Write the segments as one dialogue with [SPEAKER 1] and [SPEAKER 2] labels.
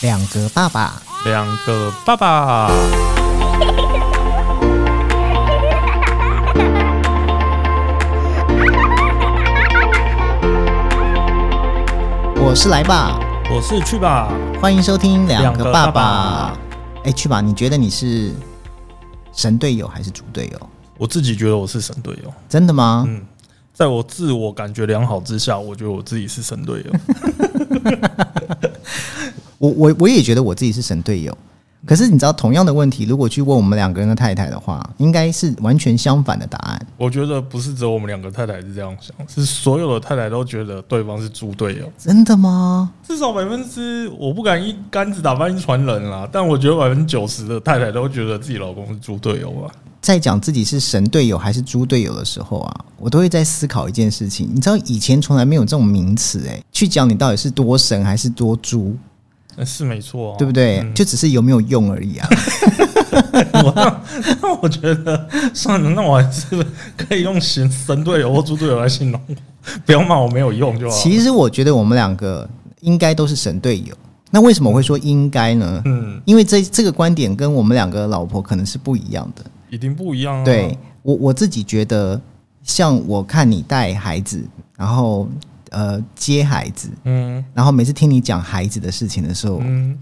[SPEAKER 1] 两个爸爸，
[SPEAKER 2] 两个爸爸。
[SPEAKER 1] 我是来爸，
[SPEAKER 2] 我是去吧，
[SPEAKER 1] 欢迎收听两个爸
[SPEAKER 2] 两个爸
[SPEAKER 1] 爸。哎，去吧，你觉得你是神队友还是猪队友？
[SPEAKER 2] 我自己觉得我是神队友。
[SPEAKER 1] 真的吗？
[SPEAKER 2] 嗯，在我自我感觉良好之下，我觉得我自己是神 队友。
[SPEAKER 1] 我我我也觉得我自己是神队友。可是你知道，同样的问题，如果去问我们两个人的太太的话，应该是完全相反的答案。
[SPEAKER 2] 我觉得不是只有我们两个太太是这样想，是所有的太太都觉得对方是猪队友。
[SPEAKER 1] 真的吗？
[SPEAKER 2] 至少百分之我不敢一竿子打翻一船人啦，但我觉得百分之九十的太太都觉得自己老公是猪队友啊吧。
[SPEAKER 1] 在讲自己是神队友还是猪队友的时候啊，我都会在思考一件事情。你知道以前从来没有这种名词诶、去讲你到底是多神还是多猪，
[SPEAKER 2] 呃是没错、啊，
[SPEAKER 1] 对不对？就只是有没有用而已啊。
[SPEAKER 2] 我那那我觉得算了，那我还是可以用神神队友或猪队友来形容我，不要骂我没有用就好。
[SPEAKER 1] 其实我觉得我们两个应该都是神队友。那为什么我会说应该呢？
[SPEAKER 2] 嗯，
[SPEAKER 1] 因为这这个观点跟我们两个老婆可能是不一样的。
[SPEAKER 2] 一定不一样啊。
[SPEAKER 1] 对我我自己觉得，像我看你带孩子，然后呃接孩子，
[SPEAKER 2] 嗯
[SPEAKER 1] 然后每次听你讲孩子的事情的时候，
[SPEAKER 2] 嗯，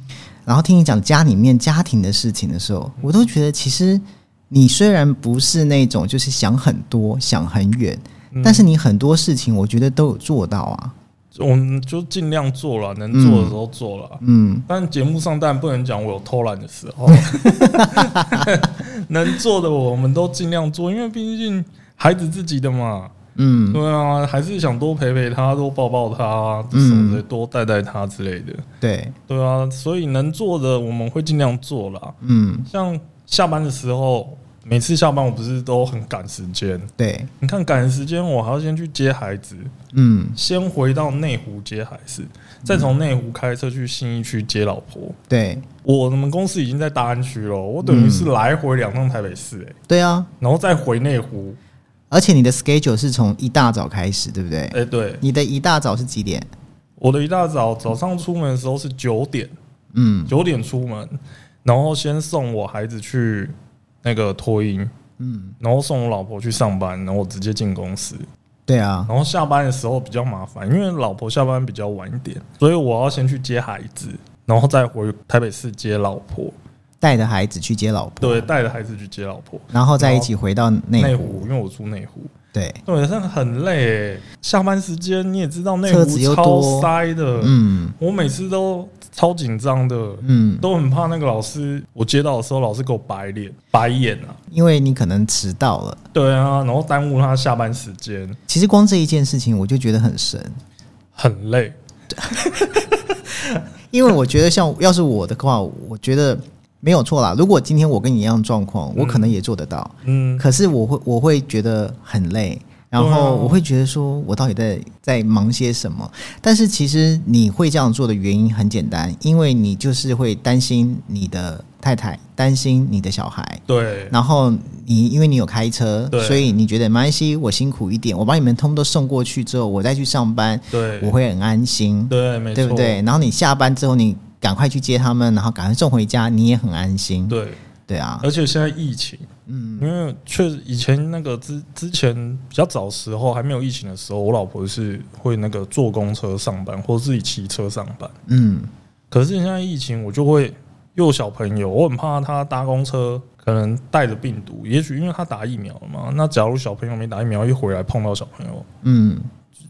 [SPEAKER 1] 然后听你讲家里面家庭的事情的时候，我都觉得其实你虽然不是那种就是想很多、想很远，
[SPEAKER 2] 嗯
[SPEAKER 1] 但是你很多事情我觉得都有做到啊。
[SPEAKER 2] 我们就尽量做了，能做的时候做了。
[SPEAKER 1] 嗯，
[SPEAKER 2] 但节目上当然不能讲我有偷懒的时 候，能做的我们都尽量做，因为毕竟孩子自己的嘛，
[SPEAKER 1] 嗯，
[SPEAKER 2] 对啊，还是想多陪陪他，多抱抱他，什么的，多带带他之类的，
[SPEAKER 1] 对，
[SPEAKER 2] 对啊，所以能做的我们会尽量做啦。
[SPEAKER 1] 嗯，
[SPEAKER 2] 像下班的时候，每次下班我不是都很赶时间，
[SPEAKER 1] 对，
[SPEAKER 2] 你看赶时间，我还要先去接孩子，
[SPEAKER 1] 嗯，
[SPEAKER 2] 先回到内湖接孩子，再从内湖开车去信义区接老婆。
[SPEAKER 1] 对，
[SPEAKER 2] 我们公司已经在大安区了，我等于是来回两趟台北市、欸，
[SPEAKER 1] 对啊。
[SPEAKER 2] 然后再回内湖，
[SPEAKER 1] 而且你的 schedule 是从一大早开始，对不对？
[SPEAKER 2] 哎、对，
[SPEAKER 1] 你的一大早是几点？
[SPEAKER 2] 我的一大早早上出门的时候是九点，
[SPEAKER 1] 嗯
[SPEAKER 2] 九点出门，然后先送我孩子去那个托婴，
[SPEAKER 1] 嗯，
[SPEAKER 2] 然后送我老婆去上班，然后我直接进公司，
[SPEAKER 1] 对啊，
[SPEAKER 2] 然后下班的时候比较麻烦，因为老婆下班比较晚一点，所以我要先去接孩子，然后再回台北市接老婆，
[SPEAKER 1] 带着孩子去接老婆，
[SPEAKER 2] 对，带着孩子去接老婆。
[SPEAKER 1] 然后再一起回到内
[SPEAKER 2] 内
[SPEAKER 1] 湖，
[SPEAKER 2] 湖，因为我住内湖，
[SPEAKER 1] 对，
[SPEAKER 2] 对，真的很累欸。下班时间你也知道，内
[SPEAKER 1] 车子又
[SPEAKER 2] 湖
[SPEAKER 1] 多
[SPEAKER 2] 超塞的，
[SPEAKER 1] 嗯
[SPEAKER 2] 我每次都超紧张的，
[SPEAKER 1] 嗯，
[SPEAKER 2] 都很怕那个老师。我接到的时候，老师给我白脸白眼啊，
[SPEAKER 1] 因为你可能迟到了。
[SPEAKER 2] 对啊，然后耽误他下班时间，
[SPEAKER 1] 其实光这一件事情，我就觉得很神，
[SPEAKER 2] 很累。
[SPEAKER 1] 因为我觉得像要是我的话，我觉得没有错啦。如果今天我跟你一样状况，我可能也做得到，
[SPEAKER 2] 嗯，
[SPEAKER 1] 可是我会我会觉得很累，然
[SPEAKER 2] 啊
[SPEAKER 1] 后我会觉得说我到底在在忙些什么？但是其实你会这样做的原因很简单，因为你就是会担心你的太太，担心你的小孩。
[SPEAKER 2] 对，
[SPEAKER 1] 然后你因为你有开车，
[SPEAKER 2] 对
[SPEAKER 1] 所以你觉得没关系，我辛苦一点，我把你们通通都送过去之后，我再去上班，
[SPEAKER 2] 对，
[SPEAKER 1] 我会很安心，
[SPEAKER 2] 对，没错，
[SPEAKER 1] 对不？对？然后你下班之后，你赶快去接他们，然后赶快送回家，你也很安心，
[SPEAKER 2] 对，
[SPEAKER 1] 对啊，
[SPEAKER 2] 而且现在疫情，嗯，因为确实以前那个之之前比较早时候还没有疫情的时候，我老婆是会那个坐公车上班，或自己骑车上班。
[SPEAKER 1] 嗯，
[SPEAKER 2] 可是现在疫情，我就会又有小朋友，我很怕他搭公车可能带着病毒，也许因为他打疫苗了嘛。那假如小朋友没打疫苗，一回来碰到小朋友，
[SPEAKER 1] 嗯，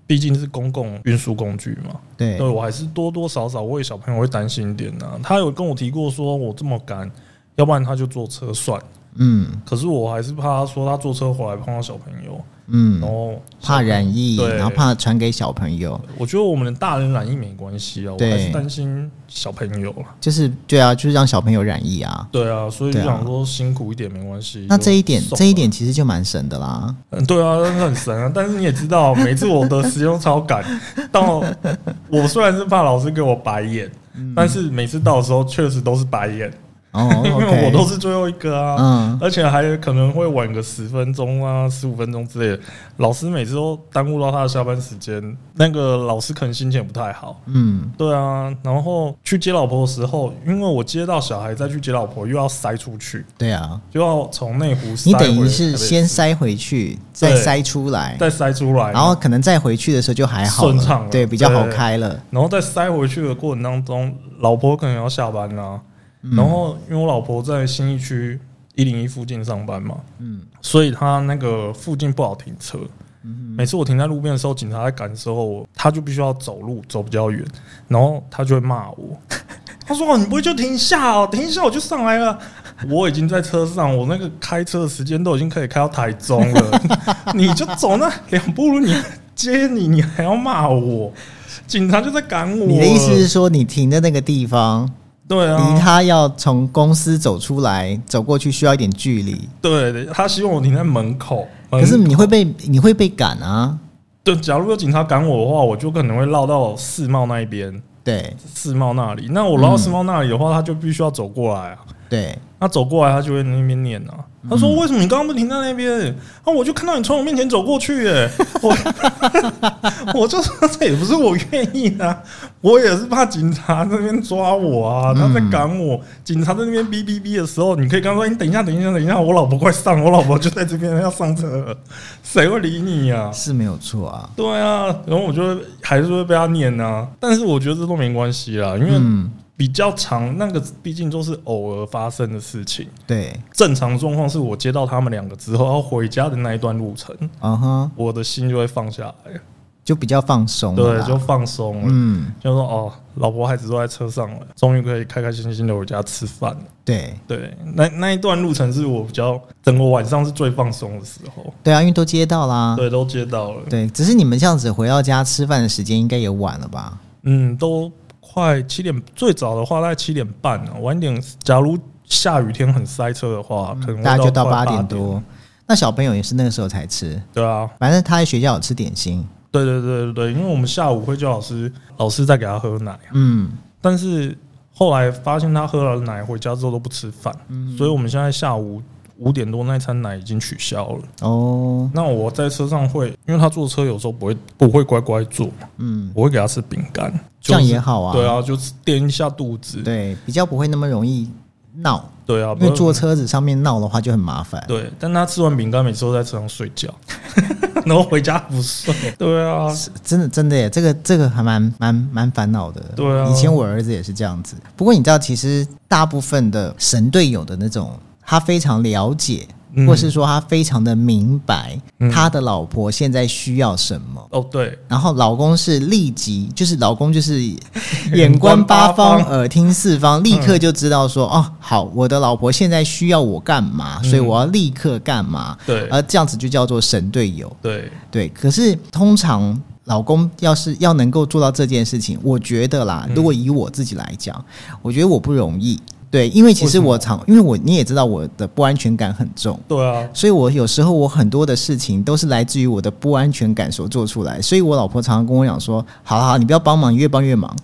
[SPEAKER 2] 毕竟是公共运输工具嘛，
[SPEAKER 1] 对
[SPEAKER 2] 对，我还是多多少少为小朋友会担心一点啊。他有跟我提过说，我这么赶，要不然他就坐车算。
[SPEAKER 1] 嗯
[SPEAKER 2] 可是我还是怕他说他坐车回来碰到小朋友，然
[SPEAKER 1] 嗯，
[SPEAKER 2] 后
[SPEAKER 1] 怕染疫，
[SPEAKER 2] 对
[SPEAKER 1] 然后怕传给小朋友，
[SPEAKER 2] 我觉得我们的大人染疫没关系啊，我
[SPEAKER 1] 对
[SPEAKER 2] 还是担心小朋友啦。
[SPEAKER 1] 就是对啊，就是让小朋友染疫啊。
[SPEAKER 2] 对啊，所以就
[SPEAKER 1] 对啊
[SPEAKER 2] 想说辛苦一点没关系。
[SPEAKER 1] 那
[SPEAKER 2] 就
[SPEAKER 1] 这一点，
[SPEAKER 2] 送
[SPEAKER 1] 这一
[SPEAKER 2] 吧
[SPEAKER 1] 点其实就蛮神的啦。
[SPEAKER 2] 嗯，对啊，但是很神啊。但是你也知道，每次我的时间都超赶，到 我虽然是怕老师给我白眼，但是每次到的时候确实都是白眼。
[SPEAKER 1] 嗯 哦
[SPEAKER 2] 因
[SPEAKER 1] ，OK，
[SPEAKER 2] 为我都是最后一个啊。
[SPEAKER 1] 嗯
[SPEAKER 2] 而且还可能会晚个十分钟啊，十五分钟之类的。老师每次都耽误到他的下班时间，那个老师可能心情也不太好。
[SPEAKER 1] 嗯
[SPEAKER 2] 对啊，然后去接老婆的时候，因为我接到小孩再去接老婆，又要塞出去，
[SPEAKER 1] 对啊，
[SPEAKER 2] 就要从内湖塞
[SPEAKER 1] 你
[SPEAKER 2] 回
[SPEAKER 1] 等于是
[SPEAKER 2] 台北市
[SPEAKER 1] 先塞回去，再
[SPEAKER 2] 对
[SPEAKER 1] 塞出来，
[SPEAKER 2] 再塞出来，
[SPEAKER 1] 然后可能再回去的时候就还好
[SPEAKER 2] 顺畅
[SPEAKER 1] 了
[SPEAKER 2] 了，
[SPEAKER 1] 对，比较好
[SPEAKER 2] 对
[SPEAKER 1] 开了。
[SPEAKER 2] 然后在塞回去的过程当中，老婆可能要下班啦、
[SPEAKER 1] 嗯
[SPEAKER 2] 然后因为我老婆在新一区一零一附近上班嘛，嗯，所以她那个附近不好停车。
[SPEAKER 1] 嗯
[SPEAKER 2] 每次我停在路边的时候，警察在赶的时候，他就必须要走路，走比较远，然后他就会骂 我。他说、啊你不会就停一下哦，停一下我就上来了。我已经在车上，我那个开车的时间都已经可以开到台中 了，你就走那两步路，你接你，你还要骂我，警察就在赶我。
[SPEAKER 1] 你的意思是说，你停的那个地方，
[SPEAKER 2] 对啊，
[SPEAKER 1] 离他要从公司走出来走过去需要一点距离，
[SPEAKER 2] 对，他希望我停在门口。嗯门
[SPEAKER 1] 可是你会被你会被赶啊，
[SPEAKER 2] 对，假如有警察赶我的话，我就可能会绕到世贸那一边，
[SPEAKER 1] 对
[SPEAKER 2] 世贸那里。那我绕到世贸那里的话，他就必须要走过来啊。
[SPEAKER 1] 对，
[SPEAKER 2] 那走过来，他就会在那边念啊。他说：“为什么你刚刚不停在那边？”啊，我就看到你从我面前走过去、耶，我 我就说这也不是我愿意的、啊，我也是怕警察这边抓我啊，他在赶我。警察在那边哔哔哔的时候，你可以跟他说：“你哎等一下，等一下，等一下，我老婆快上，我老婆就在这边要上车了，谁会理你呀、啊？”
[SPEAKER 1] 是没有错啊，
[SPEAKER 2] 对啊，然后我就会还是会被他念啊，但是我觉得这都没关系啦，因为
[SPEAKER 1] 嗯，
[SPEAKER 2] 比较长，那个毕竟都是偶尔发生的事情。
[SPEAKER 1] 对，
[SPEAKER 2] 正常状况是我接到他们两个之后要回家的那一段路程，
[SPEAKER 1] 嗯哼，
[SPEAKER 2] 我的心就会放下来，
[SPEAKER 1] 就比较放松了
[SPEAKER 2] 对，
[SPEAKER 1] 啦，
[SPEAKER 2] 就放松了，
[SPEAKER 1] 嗯，
[SPEAKER 2] 就说哦，老婆孩子都在车上了，终于可以开开心心的回家吃饭了。
[SPEAKER 1] 对
[SPEAKER 2] 对，那那一段路程是我比较整个晚上是最放松的时候，
[SPEAKER 1] 对啊，因为都接到啦，
[SPEAKER 2] 对，都接到了，
[SPEAKER 1] 对，只是你们这样子回到家吃饭的时间应该也晚了吧？
[SPEAKER 2] 嗯，都快七点，最早的话大概七点半了、晚一点，假如下雨天很塞车的话，可能
[SPEAKER 1] 嗯
[SPEAKER 2] 会
[SPEAKER 1] 大家就到
[SPEAKER 2] 快
[SPEAKER 1] 八
[SPEAKER 2] 八
[SPEAKER 1] 点
[SPEAKER 2] 点，
[SPEAKER 1] 多，那小朋友也是那个时候才吃，
[SPEAKER 2] 对啊，
[SPEAKER 1] 反正他在学校有吃点心，
[SPEAKER 2] 对对对对对，因为我们下午会叫老师，老师在给他喝奶，
[SPEAKER 1] 嗯，
[SPEAKER 2] 但是后来发现他喝了奶回家之后都不吃饭，
[SPEAKER 1] 嗯
[SPEAKER 2] 所以我们现在下午五点多那餐奶已经取消了。
[SPEAKER 1] 哦，
[SPEAKER 2] 那我在车上会，因为他坐车有时候不会不会乖乖坐嘛，
[SPEAKER 1] 嗯，
[SPEAKER 2] 我会给他吃饼干，
[SPEAKER 1] 这样
[SPEAKER 2] 就是
[SPEAKER 1] 也好啊，
[SPEAKER 2] 对啊，就是垫一下肚子，
[SPEAKER 1] 对，比较不会那么容易闹，
[SPEAKER 2] 对啊，
[SPEAKER 1] 因为
[SPEAKER 2] 不
[SPEAKER 1] 坐车子上面闹的话就很麻烦。
[SPEAKER 2] 对，但他吃完饼干每次都在车上睡觉， 然后回家 不睡，对啊，
[SPEAKER 1] 真的真的耶，这个这个还蛮蛮蛮烦恼的。
[SPEAKER 2] 对啊
[SPEAKER 1] 以前我儿子也是这样子。不过你知道，其实大部分的神队友的那种，他非常了解，
[SPEAKER 2] 嗯
[SPEAKER 1] 或是说他非常的明白
[SPEAKER 2] 嗯
[SPEAKER 1] 他的老婆现在需要什么。
[SPEAKER 2] 哦对，
[SPEAKER 1] 然后老公是立即，就是老公就是眼观八方
[SPEAKER 2] 八，方
[SPEAKER 1] 耳听四
[SPEAKER 2] 嗯
[SPEAKER 1] 方，立刻就知道说、哦，好，我的老婆现在需要我干嘛，所以我要立刻干嘛。
[SPEAKER 2] 嗯对
[SPEAKER 1] 而这样子就叫做神队友。
[SPEAKER 2] 对，
[SPEAKER 1] 对，可是通常老公要是要能够做到这件事情，我觉得啦，如果以我自己来讲，我觉得我不容易。对，因为其实我常，因为我你也知道我的不安全感很重，
[SPEAKER 2] 对啊，
[SPEAKER 1] 所以我有时候我很多的事情都是来自于我的不安全感所做出来，所以我老婆常常跟我讲说：“好好，你不要帮忙，越帮越忙。”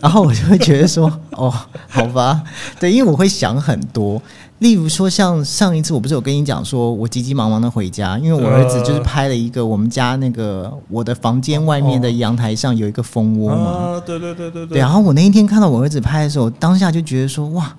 [SPEAKER 1] 然后我就会觉得说：“哦，好吧，对，因为我会想很多。例如说，像上一次我不是有跟你讲说，我急急忙忙的回家，因为我儿子就是拍了一个我们家那个我的房间外面的阳台上有一个蜂窝嘛，
[SPEAKER 2] 啊，对对对对
[SPEAKER 1] 对，然后我那一天看到我儿子拍的时候，当下就觉得说，哇，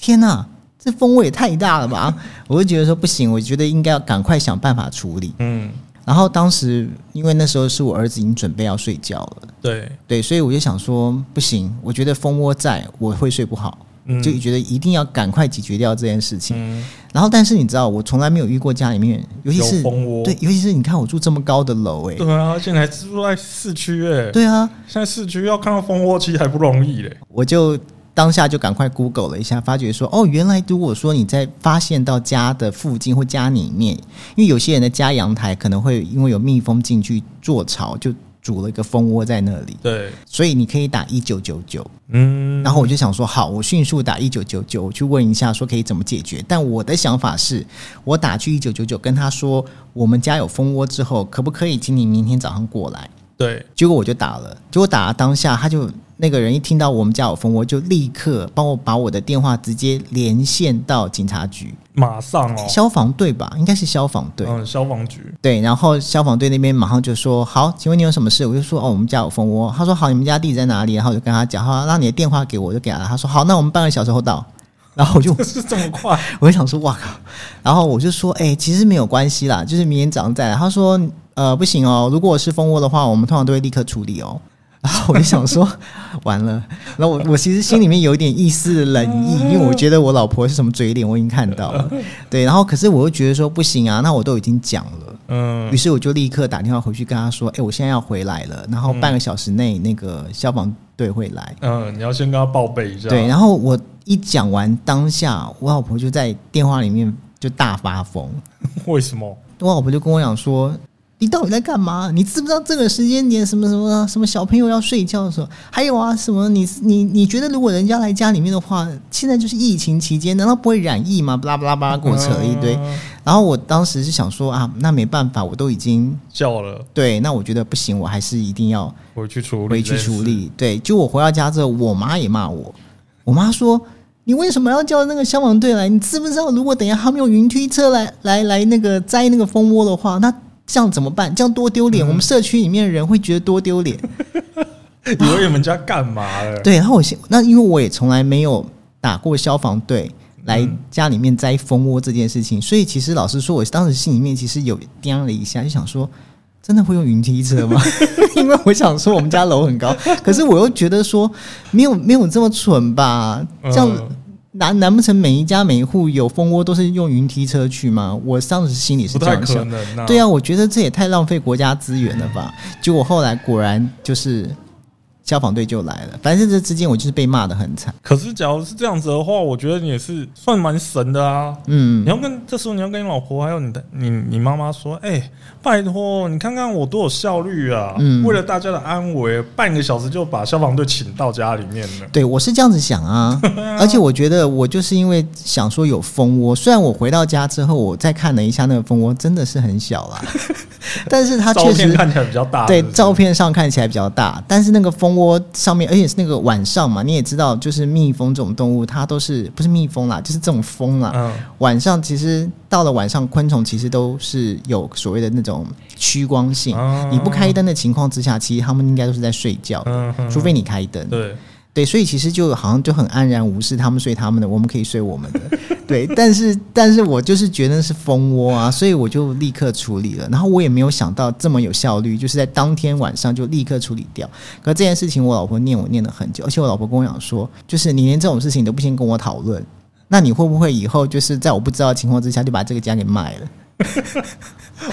[SPEAKER 1] 天呐，这风味也太大了 吧！我就觉得说不行，我觉得应该要赶快想办法处理。
[SPEAKER 2] 嗯，
[SPEAKER 1] 然后当时因为那时候是我儿子已经准备要睡觉了，
[SPEAKER 2] 对，
[SPEAKER 1] 对，所以我就想说不行，我觉得蜂窝在我会睡不好，
[SPEAKER 2] 嗯
[SPEAKER 1] 就觉得一定要赶快解决掉这件事情。
[SPEAKER 2] 嗯，
[SPEAKER 1] 然后但是你知道，我从来没有遇过家里面，尤其
[SPEAKER 2] 有
[SPEAKER 1] 是
[SPEAKER 2] 蜂窝，
[SPEAKER 1] 对，尤其是你看我住这么高的楼、欸，哎，
[SPEAKER 2] 对啊，现在还住在市区哎、
[SPEAKER 1] 对啊，
[SPEAKER 2] 现在市区要看到蜂窝其实还不容易嘞、
[SPEAKER 1] 我就当下就赶快 Google 了一下，发觉说，哦，原来如果说你在发现到家的附近或家里面，因为有些人的家阳台可能会因为有蜜蜂进去做巢，就筑了一个蜂窝在那里，
[SPEAKER 2] 对，
[SPEAKER 1] 所以你可以打一九九九。
[SPEAKER 2] 嗯，
[SPEAKER 1] 然后我就想说，好，我迅速打一九九九去问一下，说可以怎么解决。但我的想法是，我打去一九九九跟他说，我们家有蜂窝之后，可不可以请你明天早上过来？
[SPEAKER 2] 对，
[SPEAKER 1] 结果我就打了，结果打了当下他就那个人一听到我们家有风，我就立刻帮我把我的电话直接连线到警察局、
[SPEAKER 2] 马上哦，
[SPEAKER 1] 消防队吧，应该是消防队。
[SPEAKER 2] 嗯，消防局，
[SPEAKER 1] 对，然后消防队那边马上就说：“好，请问你有什么事？”我就说：“哦，我们家有蜂窝。”他说：“好，你们家地址在哪里？”然后我就跟他讲：“好，那你的电话给我，我就给他。”他说：“好，那我们半个小时后到。”然后我就
[SPEAKER 2] 就是这么快，
[SPEAKER 1] 我就想说：“哇靠！”然后我就说：“哎、其实没有关系啦，就是明天早上再来。”他说：“呃，不行哦，如果是蜂窝的话，我们通常都会立刻处理哦。” 然后我就想说， 完了。然后我我其实心里面有一点一丝的冷意，因为我觉得我老婆是什么嘴脸，我已经看到了。对，然后可是我又觉得说不行啊，那我都已经讲了。
[SPEAKER 2] 嗯
[SPEAKER 1] 于，是我就立刻打电话回去跟他说：“哎、我现在要回来了，然后半个小时内那个消防队会来。
[SPEAKER 2] 嗯，你要先跟他报备一下，
[SPEAKER 1] 对，，然后我一讲完，当下我老婆就在电话里面就大发疯，
[SPEAKER 2] 为什么？
[SPEAKER 1] 我老婆就跟我讲说：“你到底在干嘛？你知不知道这个时间点什么什么什么小朋友要睡觉的时候，还有啊什么你你你觉得如果人家来家里面的话，现在就是疫情期间，难道不会染疫吗？巴拉巴拉巴拉，跟我扯了一堆。
[SPEAKER 2] 嗯
[SPEAKER 1] 然后我当时是想说啊，那没办法，我都已经。”
[SPEAKER 2] 叫了，
[SPEAKER 1] 对，那我觉得不行，我还是一定要
[SPEAKER 2] 回去处理，
[SPEAKER 1] 回去处。理。对，就我回到家之后，我妈也骂我，我妈说：“你为什么要叫那个消防队来？你知不知道，如果等一下他们用云梯车来来来那个摘那个蜂窝的话，那这样怎么办？这样多丢脸！我们社区里面的人会觉得多丢脸。
[SPEAKER 2] 以为你们家干嘛了？
[SPEAKER 1] 对，然后我先，那因为我也从来没有打过消防队。
[SPEAKER 2] 嗯
[SPEAKER 1] 来家里面摘蜂窝这件事情，所以其实老实说，我当时心里面其实有掂了一下，就想说，真的会用云梯车吗？ 因为我想说我们家楼很高，可是我又觉得说没有没有这么蠢吧？这样
[SPEAKER 2] 嗯
[SPEAKER 1] 难难不成每一家每一户有蜂窝都是用云梯车去吗？我当时心里是
[SPEAKER 2] 不
[SPEAKER 1] 这
[SPEAKER 2] 太
[SPEAKER 1] 样
[SPEAKER 2] 可
[SPEAKER 1] 想。
[SPEAKER 2] 能呐、
[SPEAKER 1] 对啊，我觉得这也太浪费国家资源了吧！结果后来果然就是消防队就来了，反正这之间我就是被骂的很惨。
[SPEAKER 2] 可是，假如是这样子的话，我觉得你也是算蛮神的啊。
[SPEAKER 1] 嗯
[SPEAKER 2] 你，要跟这时候你要跟你老婆还有你的你你妈妈说，哎、拜托，你看看我多有效率啊！
[SPEAKER 1] 嗯
[SPEAKER 2] 为了大家的安危，半个小时就把消防队请到家里面了。
[SPEAKER 1] 对，我是这样子想 啊，而且我觉得我就是因为想说有蜂窝，虽然我回到家之后我再看了一下那个蜂窝，真的是很小 啦，但是它
[SPEAKER 2] 照
[SPEAKER 1] 啊确
[SPEAKER 2] 片
[SPEAKER 1] 实
[SPEAKER 2] 看起来比较大，
[SPEAKER 1] 对
[SPEAKER 2] 是不是
[SPEAKER 1] 照片上看起来比较大，但是那个蜂窝上面，而且是那个晚上嘛，你也知道，就是蜜蜂这种动物，它都是不是蜜蜂啦，就是这种蜂啦，
[SPEAKER 2] 嗯，
[SPEAKER 1] 晚上其实到了晚上，昆虫其实都是有所谓的那种趋光性。
[SPEAKER 2] 啊
[SPEAKER 1] 你不开灯的情况之下，其实它们应该都是在睡觉的，
[SPEAKER 2] 嗯，嗯
[SPEAKER 1] 除非你开灯。
[SPEAKER 2] 对，
[SPEAKER 1] 对，所以其实就好像就很安然无视，他们睡他们的，我们可以睡我们的。 对，但是但是我就是觉得是蜂窝啊，所以我就立刻处理了。然后我也没有想到这么有效率，就是在当天晚上就立刻处理掉。可这件事情，我老婆念我念了很久，而且我老婆跟我讲说，就是你连这种事情都不先跟我讨论，那你会不会以后就是在我不知道的情况之下就把这个家给卖了？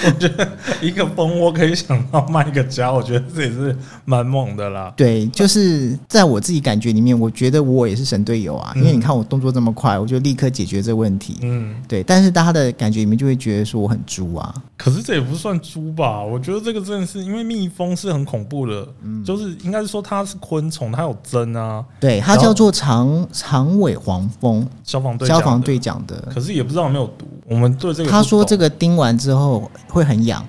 [SPEAKER 2] 我觉得一个蜂窝可以想到卖一个家，我觉得这也是蛮猛的啦。
[SPEAKER 1] 对，就是在我自己感觉里面，我觉得我也是神队友啊，因为你看我动作这么快，我就立刻解决这问题。
[SPEAKER 2] 嗯，
[SPEAKER 1] 对，但是大家的感觉里面就会觉得说我很猪啊，
[SPEAKER 2] 可是这也不算猪吧？我觉得这个真的是因为蜜蜂是很恐怖的，
[SPEAKER 1] 嗯
[SPEAKER 2] 就是应该是说它是昆虫，它有针啊。
[SPEAKER 1] 对，它
[SPEAKER 2] 然后
[SPEAKER 1] 叫做长长尾黄蜂，
[SPEAKER 2] 消防队，
[SPEAKER 1] 消防队，讲的，
[SPEAKER 2] 可是也不知道有没有毒。我们对这个不懂，
[SPEAKER 1] 他说这
[SPEAKER 2] 个
[SPEAKER 1] 个叮完之后会很痒，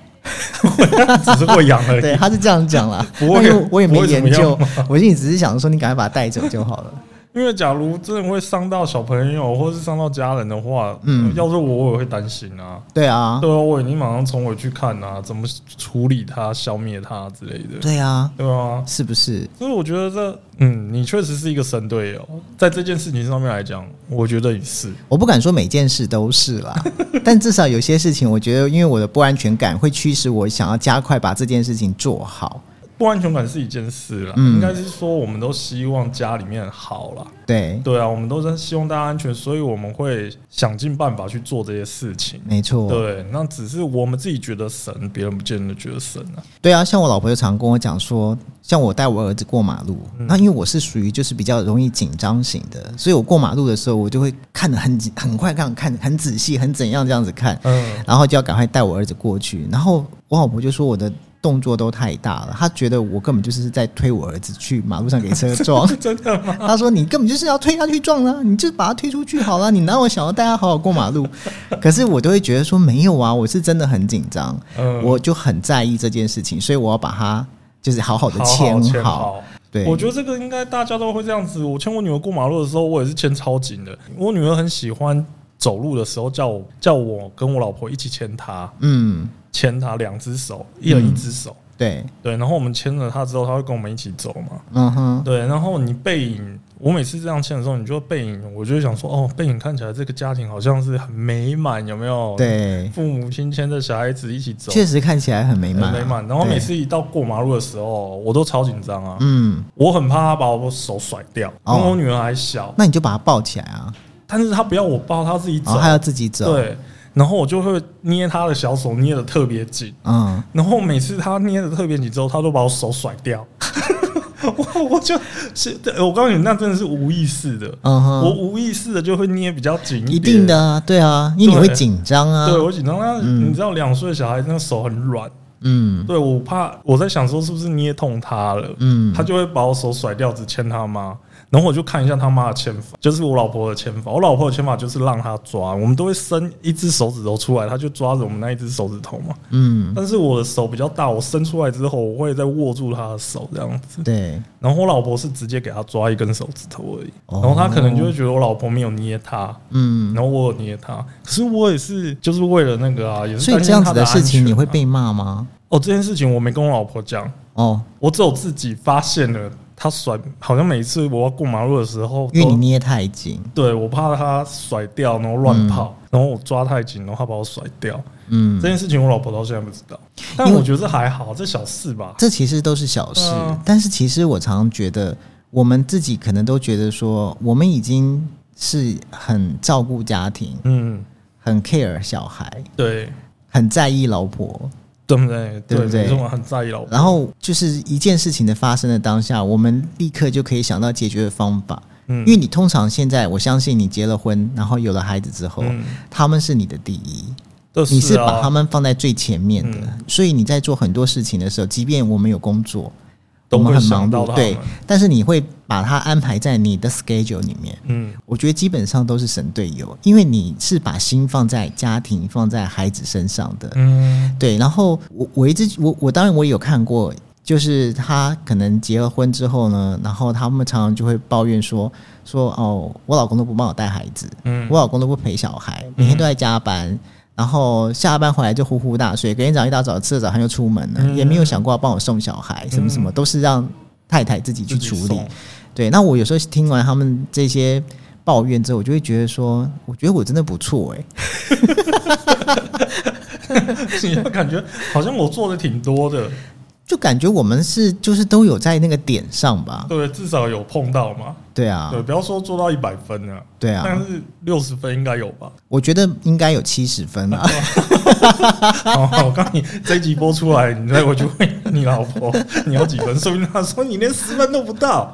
[SPEAKER 2] 只是会痒而已。，
[SPEAKER 1] 对，他是这样讲啦
[SPEAKER 2] 不会
[SPEAKER 1] 但是我也没
[SPEAKER 2] 不会怎么
[SPEAKER 1] 研
[SPEAKER 2] 样
[SPEAKER 1] 究，我心里只是想说你赶快把它带走就好了，
[SPEAKER 2] 因为假如真的会伤到小朋友或是伤到家人的话，
[SPEAKER 1] 嗯
[SPEAKER 2] 要是我我也会担心啊。
[SPEAKER 1] 对啊，
[SPEAKER 2] 对啊，我已经马上冲回去看啊，怎么处理它、消灭它之类的。
[SPEAKER 1] 对啊，
[SPEAKER 2] 对啊，
[SPEAKER 1] 是不是？
[SPEAKER 2] 所以我觉得这，嗯，你确实是一个神队友，在这件事情上面来讲，我觉得你是，
[SPEAKER 1] 我不敢说每件事都是 啦，但至少有些事情，我觉得因为我的不安全感会驱使我想要加快把这件事情做好，
[SPEAKER 2] 不安全感是一件事啦，
[SPEAKER 1] 嗯
[SPEAKER 2] 应该是说我们都希望家里面好啦，
[SPEAKER 1] 对，
[SPEAKER 2] 对啊，我们都是希望大家安全，所以我们会想尽办法去做这些事情。
[SPEAKER 1] 没错，
[SPEAKER 2] 对，那只是我们自己觉得神，别人不见得觉得神啊。
[SPEAKER 1] 对啊，像我老婆就常跟我讲说，像我带我儿子过马路，那因为我是属于就是比较容易紧张型的，所以我过马路的时候，我就会看得很紧很快，看看很仔细，很怎样这样子看，
[SPEAKER 2] 嗯，
[SPEAKER 1] 然后就要赶快带我儿子过去。然后我老婆就说我的动作都太大了，她觉得我根本就是在推我儿子去马路上给车撞。
[SPEAKER 2] 真的吗？
[SPEAKER 1] 她说：“你根本就是要推他去撞啦、你就把他推出去好了。你哪有想要带他好好过马路？ 可是我都会觉得说没有啊，我是真的很紧张。
[SPEAKER 2] 嗯，
[SPEAKER 1] 我就很在意这件事情，所以我要把它就是好好的
[SPEAKER 2] 好
[SPEAKER 1] 签
[SPEAKER 2] 好签
[SPEAKER 1] 好。
[SPEAKER 2] 好。
[SPEAKER 1] 对，
[SPEAKER 2] 我觉得这个应该大家都会这样子。我牵我女儿过马路的时候，我也是牵超紧的。我女儿很喜欢走路的时候叫我叫我跟我老婆一起牵她，
[SPEAKER 1] 嗯，
[SPEAKER 2] 牵她两只手，一人一只手。
[SPEAKER 1] 对，
[SPEAKER 2] 对，然后我们牵着她之后，她会跟我们一起走嘛。
[SPEAKER 1] 嗯哼，
[SPEAKER 2] 对，然后你背影，我每次这样牵的时候，你就背影，我就会想说，哦，背影看起来这个家庭好像是很美满，有没有？，
[SPEAKER 1] 对，
[SPEAKER 2] 父母亲牵着小孩子一起走，
[SPEAKER 1] 确实看起来很美
[SPEAKER 2] 很
[SPEAKER 1] 满，啊
[SPEAKER 2] 美满。然后
[SPEAKER 1] 对
[SPEAKER 2] 每，次一到过马路的时候，我都超紧张啊。
[SPEAKER 1] 嗯，
[SPEAKER 2] 我很怕他把我手甩掉，因
[SPEAKER 1] 哦
[SPEAKER 2] 为我女儿还小，
[SPEAKER 1] 那你就把它抱起来啊，
[SPEAKER 2] 但是她不要我抱，她自己
[SPEAKER 1] 然
[SPEAKER 2] 走
[SPEAKER 1] 后，还哦要自己走，，
[SPEAKER 2] 对，然后我就会捏她的小手，捏的特别紧，
[SPEAKER 1] 嗯，
[SPEAKER 2] 然后每次她捏的特别紧之后，她都把我手甩掉， 我我就是对我告诉你，那真的是无意识的，
[SPEAKER 1] 嗯哼，
[SPEAKER 2] 我无意识的就会捏比较紧
[SPEAKER 1] 一
[SPEAKER 2] 一
[SPEAKER 1] 定
[SPEAKER 2] 点，
[SPEAKER 1] 的啊，对啊，因为你
[SPEAKER 2] 对
[SPEAKER 1] 会紧张啊，
[SPEAKER 2] 对我紧张，那
[SPEAKER 1] 嗯
[SPEAKER 2] 你知道两岁的小孩那个手很软，
[SPEAKER 1] 嗯
[SPEAKER 2] 对我怕我在想说是不是捏痛她了，
[SPEAKER 1] 嗯，
[SPEAKER 2] 他就会把我手甩掉，只牵他妈。然后我就看一下他妈的牵法，就是我老婆的牵法。我老婆的牵法就是让他抓，我们都会伸一只手指头出来，他就抓着我们那一只手指头嘛。
[SPEAKER 1] 嗯，
[SPEAKER 2] 但是我的手比较大，我伸出来之后，我会再握住他的手这样子。
[SPEAKER 1] 对，
[SPEAKER 2] 然后我老婆是直接给他抓一根手指头而已，
[SPEAKER 1] 哦
[SPEAKER 2] 然后他可能就会觉得我老婆没有捏他，
[SPEAKER 1] 嗯
[SPEAKER 2] 然，后我有捏他。可是我也是就是为了那个啊，也是
[SPEAKER 1] 所以
[SPEAKER 2] 担
[SPEAKER 1] 这
[SPEAKER 2] 心
[SPEAKER 1] 样
[SPEAKER 2] 她
[SPEAKER 1] 子的
[SPEAKER 2] 安
[SPEAKER 1] 事情
[SPEAKER 2] 全
[SPEAKER 1] 你会
[SPEAKER 2] 啊
[SPEAKER 1] 被骂吗？
[SPEAKER 2] 哦，这件事情我没跟我老婆讲，
[SPEAKER 1] 哦，
[SPEAKER 2] 我只有自己发现了他甩，好像每一次我要过马路的时候，
[SPEAKER 1] 因为你
[SPEAKER 2] 都
[SPEAKER 1] 捏太紧，
[SPEAKER 2] 对我怕他甩掉，然后乱跑，然后我抓太紧，然后他把我甩掉。
[SPEAKER 1] 嗯
[SPEAKER 2] 这，件事情我老婆到现在不知道，但
[SPEAKER 1] 因为
[SPEAKER 2] 我觉得这还好，这小事吧。
[SPEAKER 1] 这其实都是小事，
[SPEAKER 2] 嗯
[SPEAKER 1] 但是其实我常常觉得，我们自己可能都觉得说，我们已经是很照顾家庭，
[SPEAKER 2] 嗯，
[SPEAKER 1] 很 care 小孩，
[SPEAKER 2] 对，
[SPEAKER 1] 很在意老婆，
[SPEAKER 2] 对不对？
[SPEAKER 1] 对不对
[SPEAKER 2] 没错我很在意老婆。
[SPEAKER 1] 然后就是一件事情的发生的当下，我们立刻就可以想到解决的方法。
[SPEAKER 2] 嗯
[SPEAKER 1] 因为你通常现在，我相信你结了婚，然后有了孩子之后，
[SPEAKER 2] 嗯，
[SPEAKER 1] 他们是你的第一，
[SPEAKER 2] 这
[SPEAKER 1] 你是
[SPEAKER 2] 啊
[SPEAKER 1] 把他们放在最前面的，
[SPEAKER 2] 嗯
[SPEAKER 1] 所以你在做很多事情的时候，即便我们有工作，我
[SPEAKER 2] 都
[SPEAKER 1] 们
[SPEAKER 2] 会
[SPEAKER 1] 很忙
[SPEAKER 2] 想到
[SPEAKER 1] 碌，
[SPEAKER 2] 他
[SPEAKER 1] 对
[SPEAKER 2] 们。，
[SPEAKER 1] 但是你会把它安排在你的 schedule 里面。
[SPEAKER 2] 嗯，
[SPEAKER 1] 我觉得基本上都是神队友，因为你是把心放在家庭、放在孩子身上的。
[SPEAKER 2] 嗯，
[SPEAKER 1] 对，然后我我一直我我当然我也有看过，就是他可能结了婚之后呢，然后他们常常就会抱怨说说哦，我老公都不帮我带孩子，
[SPEAKER 2] 嗯
[SPEAKER 1] 我老公都不陪小孩，每天都在加班。然后下班回来就呼呼大睡，隔天早上一大早吃了早餐就出门了，
[SPEAKER 2] 嗯
[SPEAKER 1] 也没有想过要帮我送小孩，什么什么
[SPEAKER 2] 嗯
[SPEAKER 1] 都是让太太自己去
[SPEAKER 2] 自己
[SPEAKER 1] 处理
[SPEAKER 2] 送。
[SPEAKER 1] 对，那我有时候听完他们这些抱怨之后，我就会觉得说，我觉得我真的不错哎、
[SPEAKER 2] 你会感觉好像我做的挺多的，
[SPEAKER 1] 就感觉我们是就是都有在那个点上吧。
[SPEAKER 2] 对，至少有碰到嘛。
[SPEAKER 1] 对啊
[SPEAKER 2] 对，，不要说做到一百分啊，
[SPEAKER 1] 对啊
[SPEAKER 2] 但是六十分应该有吧？
[SPEAKER 1] 我觉得应该有七十分啊。
[SPEAKER 2] 好，哦我告诉你，这一集播出来，你再回去问你老婆 你要几分，说不定她说你连十分都不到，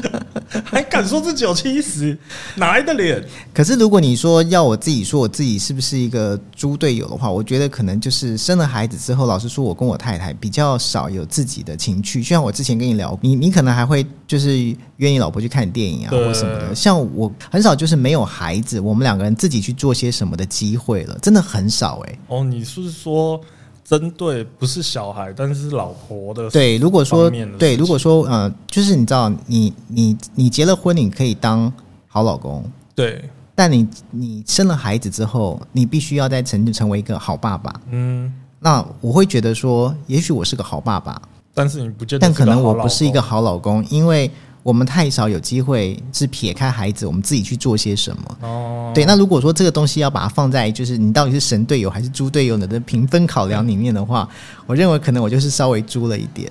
[SPEAKER 2] 还敢说自己有七十，哪来的脸？
[SPEAKER 1] 可是如果你说要我自己说我自己是不是一个猪队友的话，我觉得可能就是生了孩子之后，老实说，我跟我太太比较少有自己的情趣。就像我之前跟你聊，你你可能还会就是约你老婆去看电影啊
[SPEAKER 2] 对
[SPEAKER 1] 或什么的。像我很少就是没有孩子，我们两个人自己去做些什么的机会了，真的很少哎、
[SPEAKER 2] 哦，你是说针对不是小孩，但是是老婆的？，
[SPEAKER 1] 对，如果说
[SPEAKER 2] 方面的事
[SPEAKER 1] 对，
[SPEAKER 2] 情
[SPEAKER 1] 如果说呃，就是你知道，你你你结了婚，你可以当好老公，
[SPEAKER 2] 对，
[SPEAKER 1] 但你你生了孩子之后，你必须要再成成为一个好爸爸。
[SPEAKER 2] 嗯，
[SPEAKER 1] 那我会觉得说，也许我是个好爸爸，
[SPEAKER 2] 但是你不见得
[SPEAKER 1] 但
[SPEAKER 2] 是个
[SPEAKER 1] 可
[SPEAKER 2] 好老
[SPEAKER 1] 能
[SPEAKER 2] 公，
[SPEAKER 1] 我不是一个好老公，因为我们太少有机会是撇开孩子，我们自己去做些什么。
[SPEAKER 2] 哦，
[SPEAKER 1] 对，那如果说这个东西要把它放在就是你到底是神队友还是猪队友的评分考量里面的 话，我认为可能我就是稍微猪了一点。